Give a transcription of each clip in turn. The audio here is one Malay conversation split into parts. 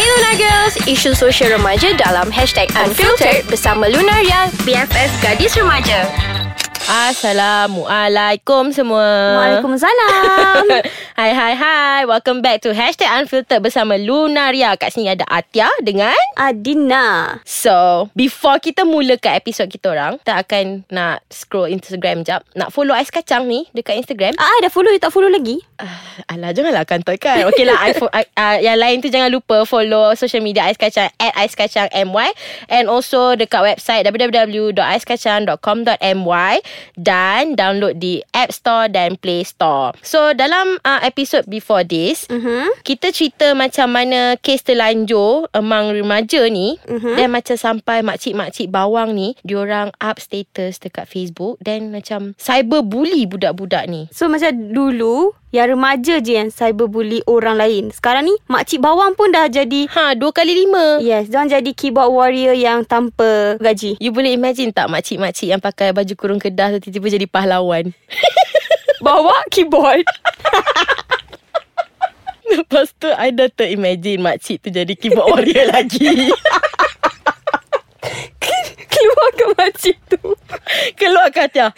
Lunar Girls, isu sosial remaja dalam hashtag Unfiltered bersama Lunaria, BFF Gadis Remaja. Assalamualaikum semua Waalaikumsalam. Hai hai hai Welcome back to Hashtag Unfiltered Bersama Lunaria Kat sini ada Atia dengan Adina. So Before kita mulakan episod kita orang Kita akan nak scroll Instagram jap Nak follow Ais Kacang ni Dekat Instagram Ah, dah follow you tak follow lagi? Alah janganlah kantoi kan Okay lah I, fo- I, uh, Yang lain tu jangan lupa Follow social media Ais Kacang At Ais Kacang MY And also dekat website www.aiskacang.com.my Dan download di App Store dan Play Store So dalam uh, episode before this Mhm. kita cerita macam mana kes terlanjur among remaja ni uh-huh. then macam sampai makcik-makcik bawang ni diorang up status dekat Facebook then macam cyber bully budak-budak ni So macam dulu yang remaja je yang cyberbully orang lain. Sekarang ni makcik bawang pun dah jadi ha dua kali lima Yes, dia jadi keyboard warrior yang tanpa gaji. You boleh imagine tak makcik-makcik yang pakai baju kurung kedah tu tiba-tiba jadi pahlawan. Bawa keyboard. Lepas tu I dah terimagine makcik tu jadi keyboard warrior lagi. Keluar ke makcik tu. Keluar Katya.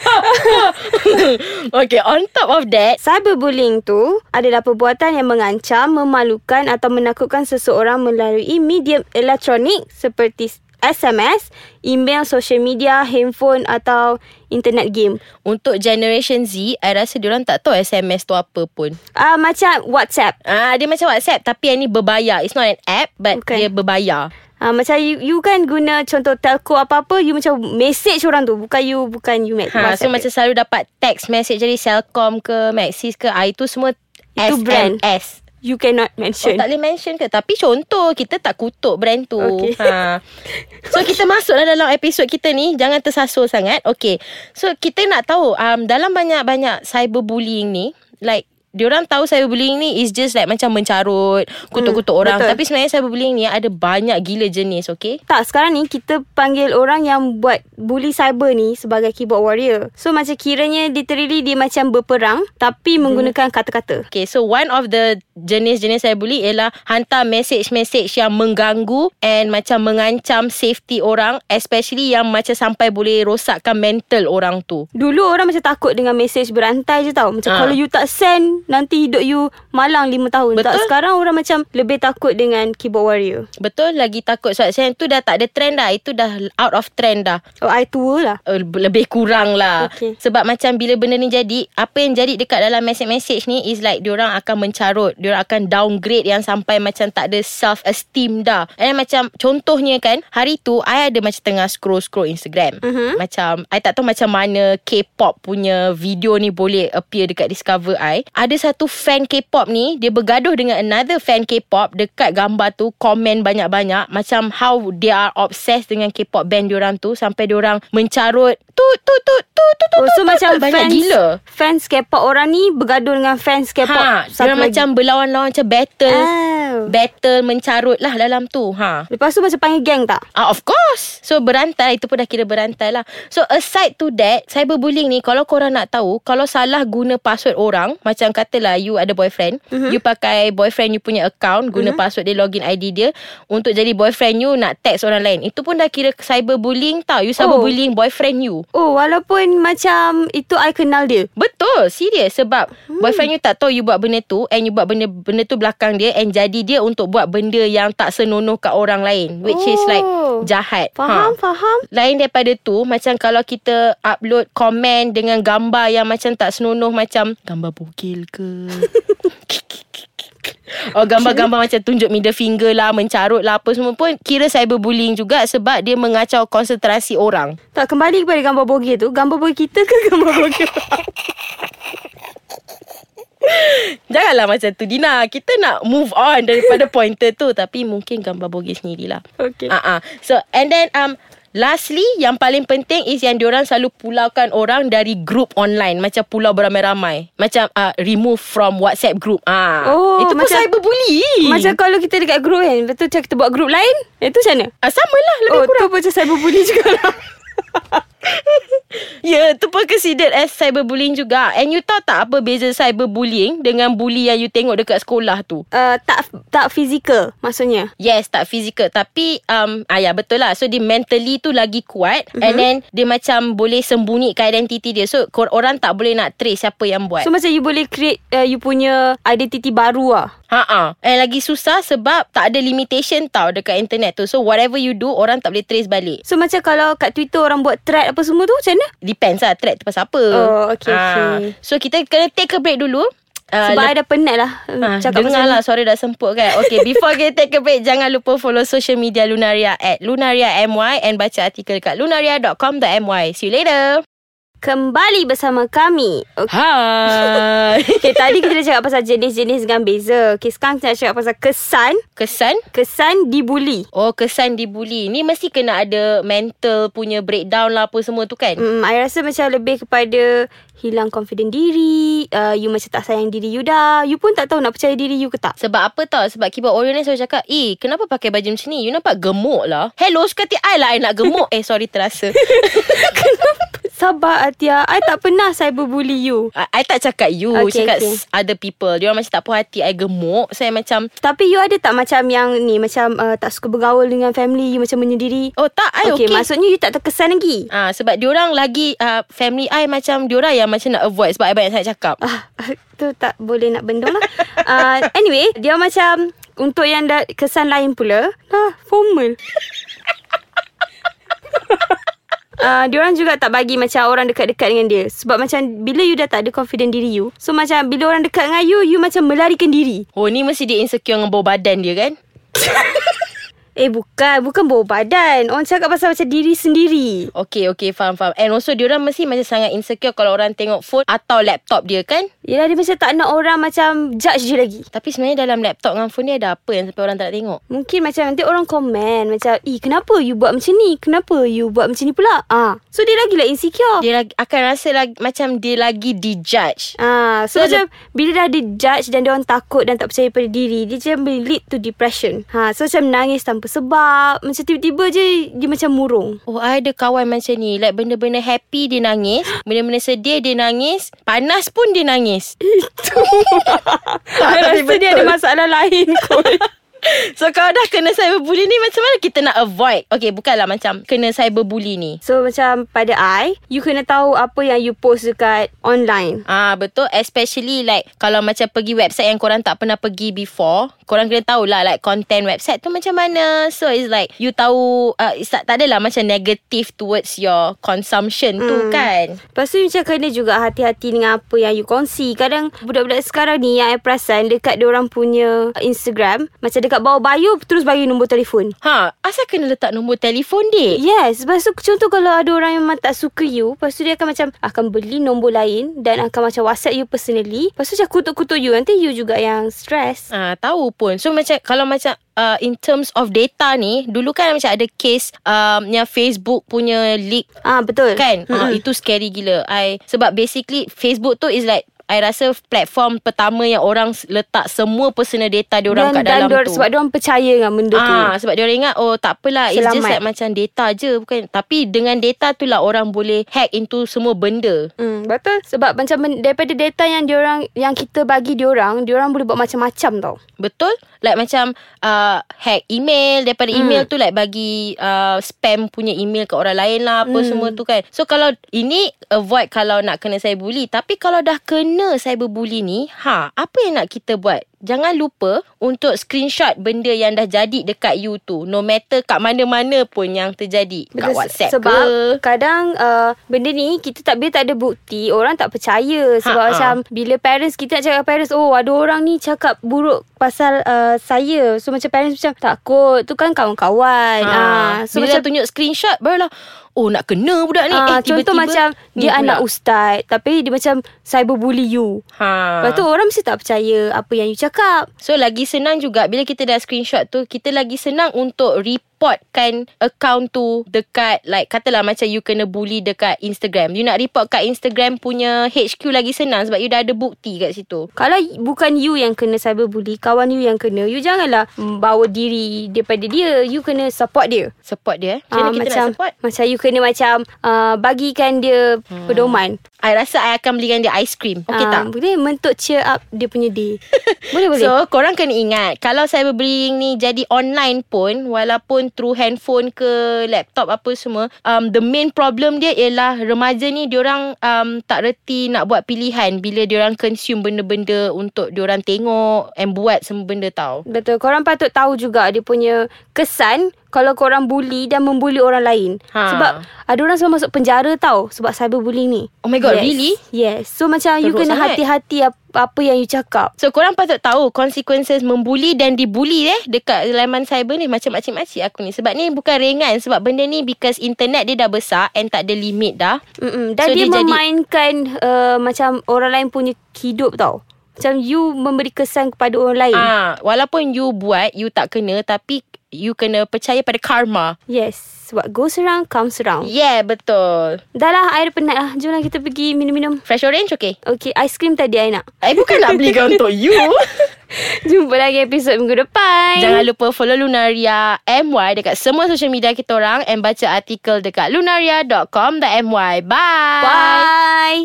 okay, on top of that, Cyberbullying tu adalah perbuatan yang mengancam, memalukan atau menakutkan seseorang melalui media elektronik seperti SMS, email, social media, handphone atau internet game. untuk generation Z, I rasa diorang tak tahu SMS tu apa pun. Ah uh, macam WhatsApp. Ah, dia macam WhatsApp tapi yang ni berbayar. It's not an app but Bukan. okay. dia berbayar. Ah uh, macam you, you kan guna contoh telco apa-apa, you macam message orang tu, bukan you bukan you make Ha, so WhatsApp. macam selalu dapat text message dari Celcom ke Maxis ke, ah itu semua Itu brand. SMS. you cannot Oh, mention. tak boleh mention ke Tapi contoh Kita tak kutuk brand tu Okey. ha. So kita masuklah Dalam episod kita ni Jangan tersasul sangat Okay So kita nak tahu um, Dalam banyak-banyak Cyberbullying ni Like Diorang tahu cyberbullying ni is just like macam mencarut, kutuk-kutuk orang. Hmm, betul. Tapi sebenarnya cyberbullying ni ada banyak gila jenis, okay? Tak, sekarang ni kita panggil orang yang buat bully cyber ni sebagai keyboard warrior. So macam kiranya literally dia macam berperang tapi hmm. menggunakan kata-kata. Okay, so one of the jenis-jenis saya bully ialah hantar message-message yang mengganggu and macam mengancam safety orang especially yang macam sampai boleh rosakkan mental orang tu. Dulu orang macam takut dengan mesej berantai je tau. Macam ha. Ah. kalau you tak send nanti hidup you malang 5 tahun. Tak, Betul. sekarang orang macam lebih takut dengan keyboard warrior. Betul lagi takut sebab saya tu dah tak ada trend dah. Itu dah out of trend dah. Oh, I tua lah. Uh, lebih kurang lah Okey. okay. Sebab macam bila benda ni jadi Apa yang jadi dekat dalam message-message ni Is like diorang akan mencarut Diorang akan downgrade Yang sampai macam tak ada self-esteem dah And then macam contohnya kan Hari tu I ada macam tengah scroll-scroll Instagram uh-huh. Macam I tak tahu macam mana K-pop punya video ni Boleh appear dekat Discover I Ada satu fan K-pop ni Dia bergaduh dengan another fan K-pop Dekat gambar tu Comment banyak-banyak Macam how they are obsessed Dengan K-pop band diorang tu Sampai diorang mencarut Tut tut tut tut tut Oh, tut, so tut, macam tut. Banyak fans, gila fans K-pop orang ni bergaduh dengan fans K-pop. Ha, diorang lagi. macam berlawan-lawan Macam battle Oh. Battle mencarut lah dalam tu ha. Lepas tu macam panggil geng tak? Ah, of course. So berantai itu pun dah kira berantai lah. So aside to that, cyberbullying ni kalau korang nak tahu, kalau salah guna password orang, macam katalah you ada boyfriend, mm-hmm. Mhm. you pakai boyfriend you punya account, guna mm-hmm. password dia, login ID dia untuk jadi boyfriend you nak text orang lain. Itu pun dah kira cyberbullying tau. You cyberbullying boyfriend you. Oh, walaupun macam itu I kenal dia. Betul Serius Sebab hmm. Boyfriend you tak tahu You buat benda tu And you buat benda Benda tu belakang dia And jadi dia untuk buat Benda yang tak senonoh Kat orang lain Which oh. is like Oh. Jahat Ha. Faham, faham. Lain daripada tu Macam kalau kita upload komen Dengan gambar yang macam tak senonoh Macam gambar bogel ke Oh gambar-gambar macam tunjuk middle finger lah Mencarut lah apa semua pun Kira cyberbullying juga Sebab dia mengacau konsentrasi orang Tak kembali kepada gambar bogey tu Gambar bogey kita ke gambar bogey Janganlah macam tu Dina Kita nak move on Daripada pointer tu Tapi mungkin gambar bogey sendirilah Okay Ah, ah. So and then um Lastly Yang paling penting Is yang diorang selalu Pulaukan orang Dari group online Macam pulau beramai-ramai Macam uh, Remove from WhatsApp group ah, Oh, Itu pun macam- cyberbullying Macam kalau kita dekat group kan Lepas tu macam kita buat group lain Itu macam mana? ah, Sama lah lebih oh, tu pun macam cyberbully juga lah Ya, yeah, tu pun considered as cyberbullying juga. And you tahu tak apa beza cyberbullying dengan bully yang you tengok dekat sekolah tu? Uh, tak tak fizikal maksudnya. Yes, tak fizikal tapi um ah ya betul lah. So dia mentally tu lagi kuat mm-hmm. Mhm. and then dia macam boleh sembunyikan identiti dia. So kor- orang tak boleh nak trace siapa yang buat. So macam you boleh create uh, you punya identity baru lah. Ha And lagi susah sebab tak ada limitation tau dekat internet tu. So whatever you do orang tak boleh trace balik. So macam kalau kat Twitter orang buat thread apa semua tu macam mana? Depends lah thread tu pasal apa. Oh, okay, Ah, okay. So kita kena take a break dulu. Uh, Sebab I dah penat lah Ha, uh, cakap dengar pasal lah suara dah semput kan Okay before kita take a break Jangan lupa follow social media Lunaria At Lunaria MY And baca artikel dekat lunaria.com.my See you later Kembali bersama kami okay. Hai okay, tadi kita dah cakap pasal jenis-jenis dengan beza Okay, sekarang kita nak cakap pasal kesan Kesan Kesan dibuli Oh kesan dibuli Ni mesti kena ada mental punya breakdown lah Apa semua tu kan Hmm, I rasa macam lebih kepada hilang confident diri, uh, you macam tak sayang diri you dah. You pun tak tahu nak percaya diri you ke tak. sebab apa tau Sebab keyboard warrior ni selalu cakap Eh kenapa pakai baju macam ni You nampak gemuk lah Hello suka hati I lah I nak gemuk Eh sorry terasa Sabar Atia, I tak pernah cyberbully you. I, I tak cakap you okay, Okay, Cakap okay. okay. other people Dia orang macam tak puas hati I gemuk So I macam Tapi you ada tak macam yang ni Macam uh, tak suka bergaul dengan family You macam menyendiri Oh tak I okay, okay, maksudnya you tak terkesan lagi Ah sebab diorang lagi uh, family I macam diorang yang macam nak avoid sebab I banyak sangat cakap. ah, Tu tak boleh nak bendung lah uh, Anyway Dia macam Untuk yang da- kesan lain pula Lah formal Uh, diorang juga tak bagi macam orang dekat-dekat dengan dia Sebab macam bila you dah tak ada confident diri you So macam bila orang dekat dengan you You macam melarikan diri Oh ni mesti dia insecure dengan bau badan dia kan? Eh bukan Bukan bau badan Orang cakap pasal macam diri sendiri Okay okay faham faham. And also diorang mesti macam sangat insecure kalau orang tengok phone atau laptop dia kan? Yelah dia macam tak nak orang macam judge dia lagi. Tapi sebenarnya dalam laptop dengan phone dia ada apa yang sampai orang tak nak tengok? Mungkin macam nanti orang komen macam, "Eh, kenapa you buat macam ni? Kenapa you buat macam ni pula?" Ah. So dia lagilah insecure. Dia lagi, akan rasa lagi, macam dia lagi di-judge. Ah, So, so, so macam bila dah di judge dan dia orang takut dan tak percaya pada diri, dia macam boleh lead to depression. Ha, so macam nangis tanpa sebab, macam tiba-tiba je dia macam murung. Oh, I ada kawan macam ni. Like benda-benda happy dia nangis. Benda-benda sedih dia nangis. Panas pun dia nangis. Tak, tapi rasa dia ada masalah lain kot. So kalau dah kena cyberbully ni Macam mana kita nak avoid Okay bukanlah macam Kena cyberbully ni so macam pada I, you kena tahu apa yang you post dekat online. Ah betul especially like kalau macam pergi website yang korang tak pernah pergi before korang kena tahulah like content website tu macam mana so it's like you tahu uh, it's tak, tak adalah macam negative towards your consumption mm. tu kan Lepas tu macam kena juga hati-hati dengan apa yang you kongsi. Kadang budak-budak sekarang ni yang I perasan dekat orang punya Instagram. Macam dekat bawah bio terus bagi nombor telefon. Ha asal kena letak nombor telefon dek Yes, lepas tu contoh kalau ada orang yang memang tak suka you, lepas tu dia akan macam akan beli nombor lain dan akan macam WhatsApp you personally. Lepas tu macam kutuk-kutuk you, nanti you juga yang stress. Ah tahu pun so macam kalau macam uh, in terms of data ni dulu kan macam ada case um, yang Facebook punya leak Ah betul. Kan mm-hmm. uh, Itu scary gila I Sebab basically Facebook tu is like I rasa platform pertama yang orang s- letak semua personal data diorang Dan, kat dan dalam dior- tu. sebab dia orang percaya dengan benda tu. Ah, sebab dia ingat oh tak apalah it's just Selamat. like macam data je bukan tapi dengan data tu lah orang boleh hack into semua benda. Hmm, betul. Sebab macam men- daripada data yang diorang yang kita bagi diorang, diorang boleh buat macam-macam tau. Betul? Like macam uh, hack email Hmm. daripada email tu like bagi uh, spam punya email ke orang lain lah Hmm. apa semua tu kan. So kalau ini avoid kalau nak kena saya bully tapi kalau dah kena cyber bully ni, ha apa yang nak kita buat? Jangan lupa untuk screenshot benda yang dah jadi dekat you tu. No matter kat mana-mana pun yang terjadi. Kat Betul, WhatsApp sebab ke. kadang uh, benda ni kita tak bila tak ada bukti orang tak percaya sebab Ha, ha, ha. macam bila parents kita nak cakap parents oh ada orang ni cakap buruk pasal uh, saya so macam parents macam takut tu kan kawan-kawan Ha, ah so bila macam dah tunjuk screenshot barulah oh nak kena budak ni. eh Ah, tiba-tiba contoh macam ni dia pula. anak ustaz tapi dia macam cyberbully you. Ha. Lepas tu orang mesti tak percaya apa yang you cakap. So lagi senang juga bila kita dah screenshot tu kita lagi senang untuk report reportkan account tu dekat like katalah macam you kena bully dekat Instagram. You nak report kat Instagram punya HQ lagi senang sebab you dah ada bukti kat situ. Kalau bukan you yang kena cyberbully, kawan you yang kena, you janganlah mm, bawa diri daripada dia. You kena support dia. Support dia eh. Macam mana Ah, kita macam, nak support? Macam you kena macam uh, bagikan dia hmm. pedoman. I rasa I akan belikan dia ice cream. Okey Ah, Oh, tak? Boleh mentuk cheer up dia punya day. boleh, boleh. So korang kena ingat Kalau cyberbullying ni Jadi online pun Walaupun through handphone ke Laptop apa semua um, The main problem dia Ialah remaja ni Diorang um, tak reti Nak buat pilihan Bila diorang consume Benda-benda Untuk diorang tengok And buat semua benda tau Betul. Korang patut tahu juga dia punya kesan kalau korang bully dan membuli orang lain. Ha. Ha. Sebab ada orang semua masuk penjara tau sebab cyberbullying ni. Oh my god yes. really Yes. So macam you Teruk kena sangat. hati-hati apa, apa yang you cakap. So korang patut tahu consequences membuli dan dibuli eh dekat laman cyber ni macam makcik-makcik aku ni. Sebab ni bukan ringan sebab benda ni because internet dia dah besar and tak ada limit dah. Mm-mm. Dan So, so, dia, dia jadi- memainkan uh, macam orang lain punya hidup tau. Macam you memberi kesan kepada orang lain. Ha. Ah, walaupun you buat you tak kena tapi you kena percaya pada karma. Yes. What goes around comes around. Yeah, betul. Dah lah, I dah penat lah. Jomlah kita pergi minum-minum. Fresh orange okay. Okay, ice cream tadi I nak. I Eh, bukan nak belikan untuk you. Jumpa lagi episod minggu depan. Jangan lupa follow Lunaria MY dekat semua social media kita orang and baca artikel dekat lunaria.com.my. Bye. Bye.